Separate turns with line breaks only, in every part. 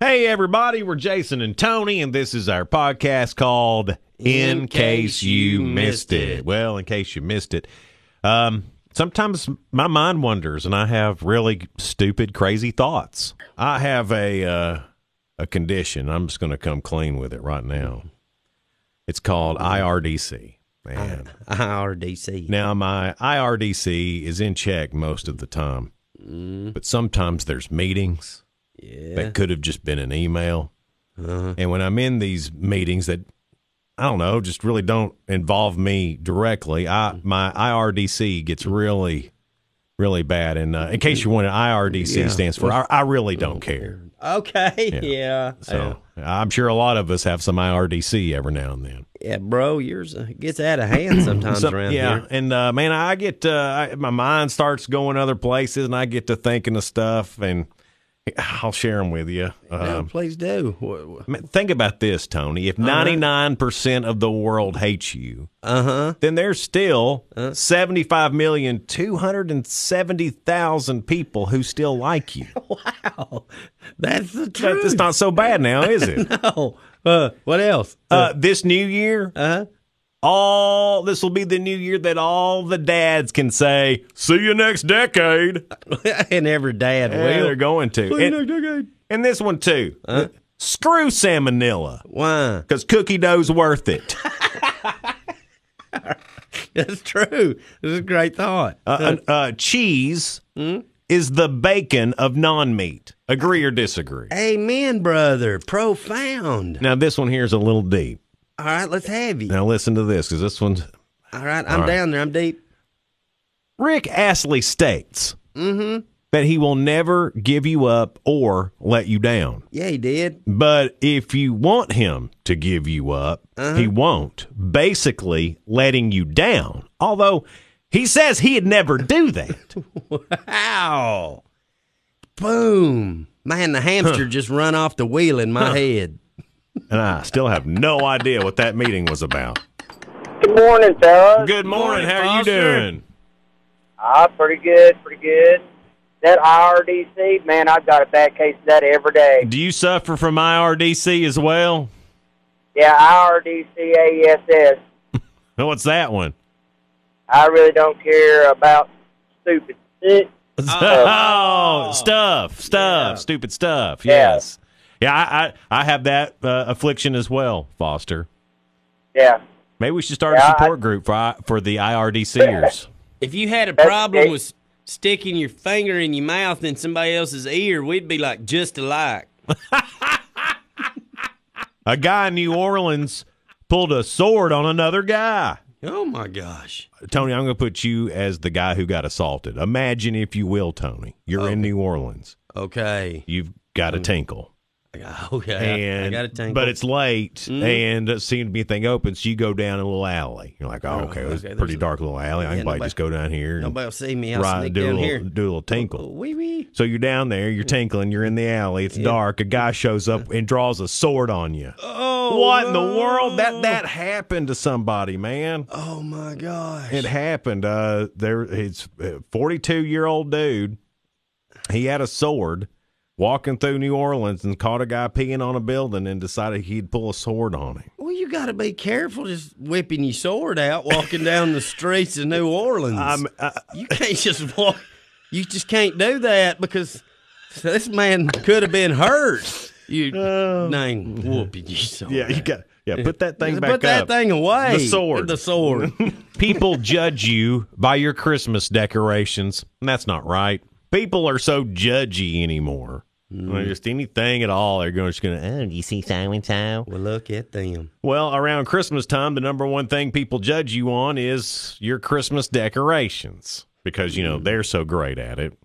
Hey, everybody, we're Jason and Tony, and this is our podcast called In, Case You Missed It. Well, in case you missed it, um, sometimes my mind wanders and I have really stupid, crazy thoughts. I have a, uh, a condition. I'm just going to come clean with it right now. It's called IRDC. Man.
IRDC.
Now, my IRDC is in check most of the time, but sometimes there's meetings
yeah. Uh-huh.
that could have just been an email. And when I'm in these meetings that I don't know, just really don't involve me directly, I
Mm-hmm.
my IRDC gets really, really bad. And uh, in case you wanted, IRDC stands for I, I really don't care.
Okay. Yeah. Mm-hmm. Yeah.
So I'm sure a lot of us have some IRDC every now and then.
Yeah, bro, yours uh, gets out of hand sometimes
So-
around
yeah,
here.
and uh, man, I get uh, I, my mind starts going other places, and I get to thinking of stuff, and I'll share them with you.
No,
Um,
please do.
I mean, think about this, Tony. If ninety nine percent of the world hates you,
Uh huh.
then there's still seventy five million two hundred and seventy thousand people who still like you.
Wow, that's the
That-
truth.
That's not so bad now, is it?
no. Uh, what else?
Uh, this new year,
Uh-huh.
all this will be the new year that all the dads can say, "See you next decade."
and every dad
Uh, Well,
will.
they're going to,
Please,
and,
no, no, no.
and this one too. Screw salmonella,
Why?
because cookie dough's worth it.
That's true. This is a great thought.
Uh, uh, uh, cheese is the bacon of non meat. Agree or disagree?
Amen, brother. Profound.
Now, this one here is a little deep.
All right, let's have you.
Now, listen to this because this one's.
All right, I'm down there. I'm deep.
Rick Astley states that he will never give you up or let you down.
Yeah, he did.
But if you want him to give you up, he won't, basically letting you down. Although he says he'd never do that.
Wow. Boom. Man, the hamster just run off the wheel in my head.
and I still have no idea what that meeting was about.
Good morning, fellas.
Good morning.
morning,
How are you
Foster.
doing?
Ah, pretty good, pretty good. That IRDC, man, I've got a bad case of that every day.
Do you suffer from IRDC as well?
Yeah, IRDC AESS.
Oh, What's that one?
I really don't care about stupid shit.
Oh, stuff, stuff,
Yeah.
stupid stuff.
Yeah.
Yes. Yeah, I, I, I have that uh, affliction as well, Foster.
Yeah.
Maybe we should start
Yeah, I-
a support group for I- for the IRDCers.
If you had a
That's
problem
it.
with sticking your finger in your mouth in somebody else's ear, we'd be like just alike.
a guy in New Orleans pulled a sword on another guy.
Oh my gosh.
Tony, I'm going to put you as the guy who got assaulted. Imagine, if you will, Tony, you're in New Orleans.
Okay.
You've got a
Mm.
tinkle.
I got- Okay. I-
and
I got a Mm-hmm. tangle.
but it's late and it seemed to be thing open so you go down a little alley you're like oh okay,
okay,
it's a
there's
pretty
a-
dark little alley i can
yeah,
probably
nobody-
just go down here and
nobody'll see me. I'll
ride,
sneak
do, a
down
little,
here. Mm-hmm.
do a little tinkle
Wee wee.
so you're down there you're tinkling you're in the alley it's dark a guy shows up and draws a sword on you
Oh
what in
no.
the world that that happened to somebody man
Oh my gosh.
it happened uh there it's a 42 year old dude he had a sword walking through new orleans and caught a guy peeing on a building and decided he'd pull a sword on him
well, you got to be careful just whipping your sword out walking down the streets of New Orleans.
I'm, uh, I,
You can't just walk. You just can't do that because this man could have been hurt. You dang whooping you so.
Uh, yeah you got yeah put that thing
Put
back
that
up
thing away.
The sword.
The sword.
people judge you by your christmas decorations and that's not right people are so judgy anymore Like, just anything at all they're going just gonna oh do you see so and so
well, look at them.
Well, around Christmas time, the number one thing people judge you on is your Christmas decorations because, you know, they're so great at it.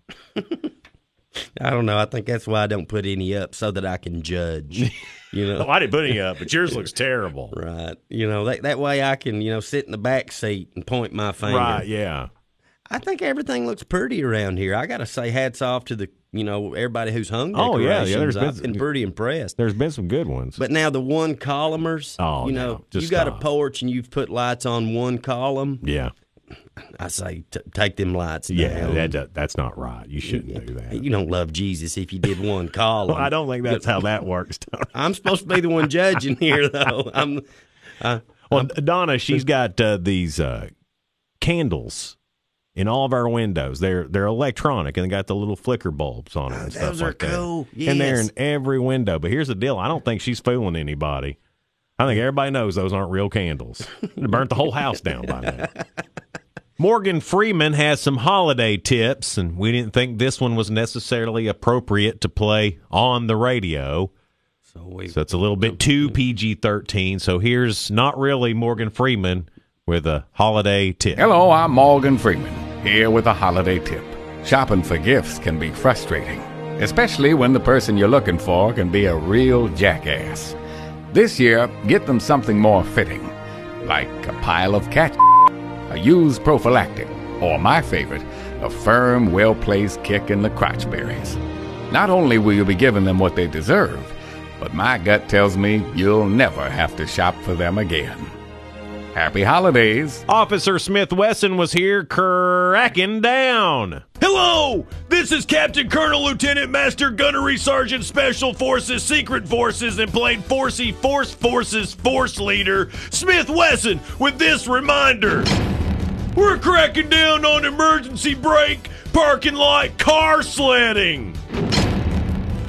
I don't know. I think that's why I don't put any up so that I can judge. You
Oh,
know.
I didn't put any up, but yours looks terrible.
Right, you know that that way I can you know sit in the back seat and point my finger.
Right, yeah.
I think everything looks pretty around here. I got to say, hats off to the you know everybody who's hung.
Oh, yeah, yeah, there's
decorations. I've
been-
been pretty impressed.
There's been some good ones.
But now the one columners,
Oh,
you
no.
know,
Just
you got
stop.
a porch and you've put lights on one column.
yeah.
I say, t- take them lights down.
Yeah, that, that- that's not right. You shouldn't do that.
You don't love Jesus if you did one call.
Well,
him.
I don't think that's how that works. Donna.
I'm supposed to be the one judging here, though. I'm.
Well,
Um,
Donna, she's got uh, these uh, candles in all of our windows. They're they're electronic and they got the little flicker bulbs on them. and stuff
Ah, those are
like that.
cool.
And they're
Yes.
in every window. But here's the deal: I don't think she's fooling anybody. I think everybody knows those aren't real candles. They burnt the whole house down by now. Morgan Freeman has some holiday tips, and we didn't think this one was necessarily appropriate to play on the radio.
So we, E.
So it's a little bit too PG 13. So here's not really Morgan Freeman with a holiday tip.
Hello, I'm Morgan Freeman, here with a holiday tip. Shopping for gifts can be frustrating, especially when the person you're looking for can be a real jackass. This year, get them something more fitting, like a pile of cat, a used prophylactic, or my favorite, a firm, well placed kick in the crotch berries. Not only will you be giving them what they deserve, but my gut tells me you'll never have to shop for them again. Happy holidays!
Officer Smith Wesson was here cracking down. Hello, this is Captain Colonel Lieutenant Master Gunnery Sergeant Special Forces Secret Forces and Plain Forcey Force Forces Force Leader Smith Wesson with this reminder. We're cracking down on emergency brake, parking lot, car sledding.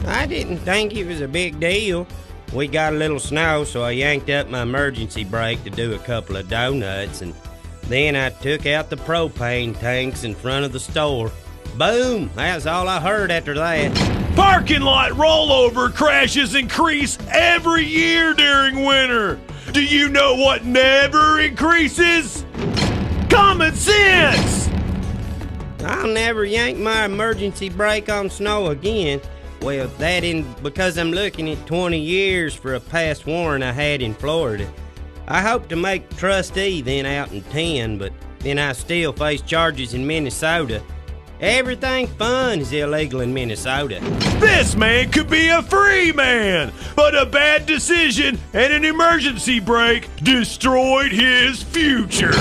I didn't think it was a big deal. We got a little snow, so I yanked up my emergency brake to do a couple of donuts, and then I took out the propane tanks in front of the store. Boom! That's all I heard after that.
Parking lot rollover crashes increase every year during winter. Do you know what never increases? Common sense!
I'll never yank my emergency brake on snow again. Well, that in because I'm looking at 20 years for a past warrant I had in Florida. I hope to make trustee then out in 10, but then I still face charges in Minnesota. Everything fun is illegal in Minnesota.
This man could be a free man, but a bad decision and an emergency brake destroyed his future.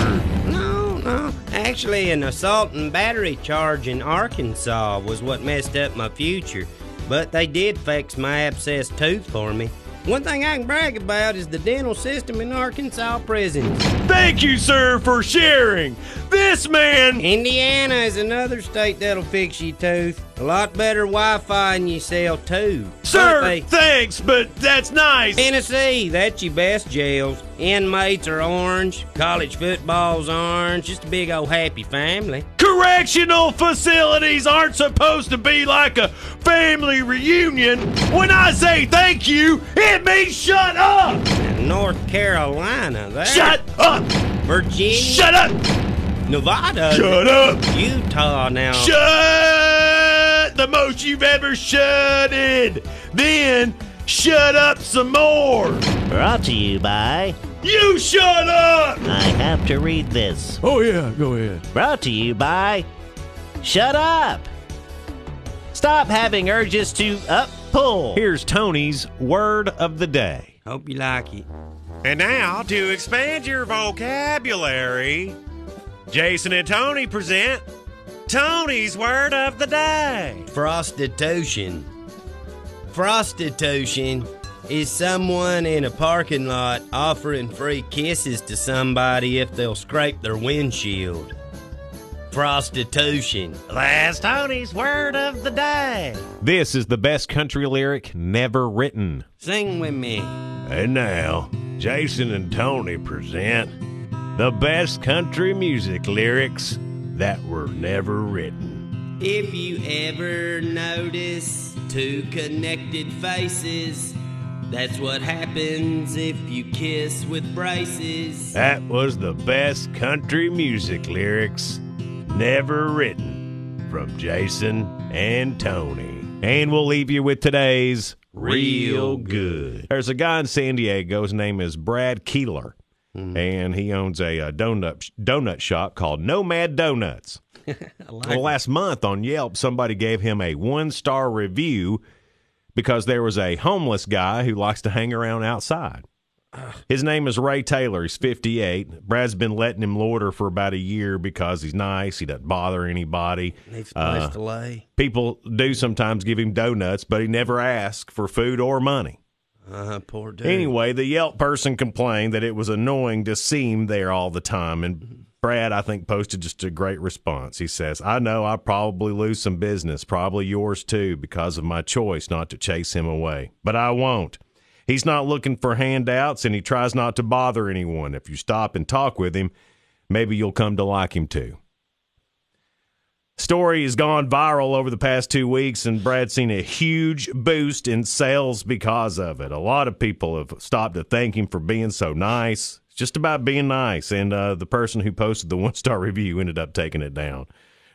No, no. Actually, an assault and battery charge in Arkansas was what messed up my future, but they did fix my abscessed tooth for me. One thing I can brag about is the dental system in Arkansas prisons.
Thank you, sir, for sharing. This man.
Indiana is another state that'll fix your tooth. A lot better Wi-Fi than you sell too.
Sir,
Aren't they?
thanks, but that's nice.
Tennessee, that's your best jails. Inmates are orange. College football's orange. Just a big old happy family.
Correctional facilities aren't supposed to be like a family reunion. When I say thank you, it means shut up!
North Carolina, there.
Shut up!
Virginia.
Shut up!
Nevada.
Shut up!
Utah now.
Shut! The most you've ever shutted! Then shut up some more!
Brought to you by
You shut up!
I Have to Read This.
Oh, yeah, go ahead.
Brought to you by Shut Up! Stop having urges to up pull.
Here's Tony's word of the day.
Hope you like it.
And now, to expand your vocabulary, Jason and Tony present Tony's Word of the Day.
Prostitution. Prostitution is someone in a parking lot offering free kisses to somebody if they'll scrape their windshield. Prostitution.
That's Tony's Word of the Day. This is the best country lyric never written.
Sing with me.
And now, Jason and Tony present the best country music lyrics that were never written.
If you ever notice two connected faces, that's what happens if you kiss with braces.
That was the best country music lyrics never written from Jason and Tony. And we'll leave you with today's
Real
good. There's a guy in San Diego. His name is Brad Keeler, and he owns a, uh donut donut shop called Nomad Donuts. well, last month on Yelp, somebody gave him a one star review because there was a homeless guy who likes to hang around outside. His name is Ray Taylor. He's 58. Brad's been letting him loiter for about a year because he's nice. He doesn't bother anybody.
Needs a
Uh,
place to lay.
People do sometimes give him donuts, but he never asks for food or money. Uh-huh,
Uh, poor dude.
Anyway, the Yelp person complained that it was annoying to see him there all the time. And Brad, I think, posted just a great response. He says, I know I probably lose some business, probably yours too, because of my choice not to chase him away, but I won't. He's not looking for handouts and he tries not to bother anyone. If you stop and talk with him, maybe you'll come to like him too. Story has gone viral over the past two weeks, and Brad's seen a huge boost in sales because of it. A lot of people have stopped to thank him for being so nice. It's just about being nice, and uh, the person who posted the one star review ended up taking it down.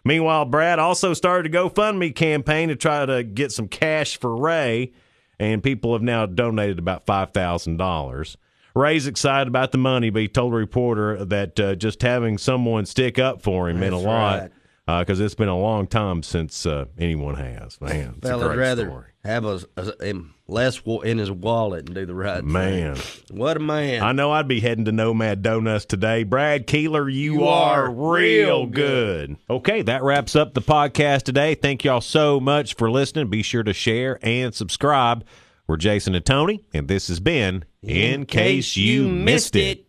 Meanwhile, Brad also started a GoFundMe campaign to try to get some cash for Ray, and people have now donated about $5,000. Ray's excited about the money, but he told a reporter that uh, just having someone stick up for him meant a
That's
lot
right.
because Uh, it's been a long time since uh, anyone has. Man, it's a
Fella'd
great
rather
story.
have a, a- him less wa- in his wallet and do the right
Man,
thing. What a man.
I know I'd be heading to Nomad Donuts today. Brad Keeler, you,
You
are,
are
real
real
good. Okay, that wraps up the podcast today. Thank y'all so much for listening. Be sure to share and subscribe. We're Jason and Tony, and this has been In, Case You Missed it.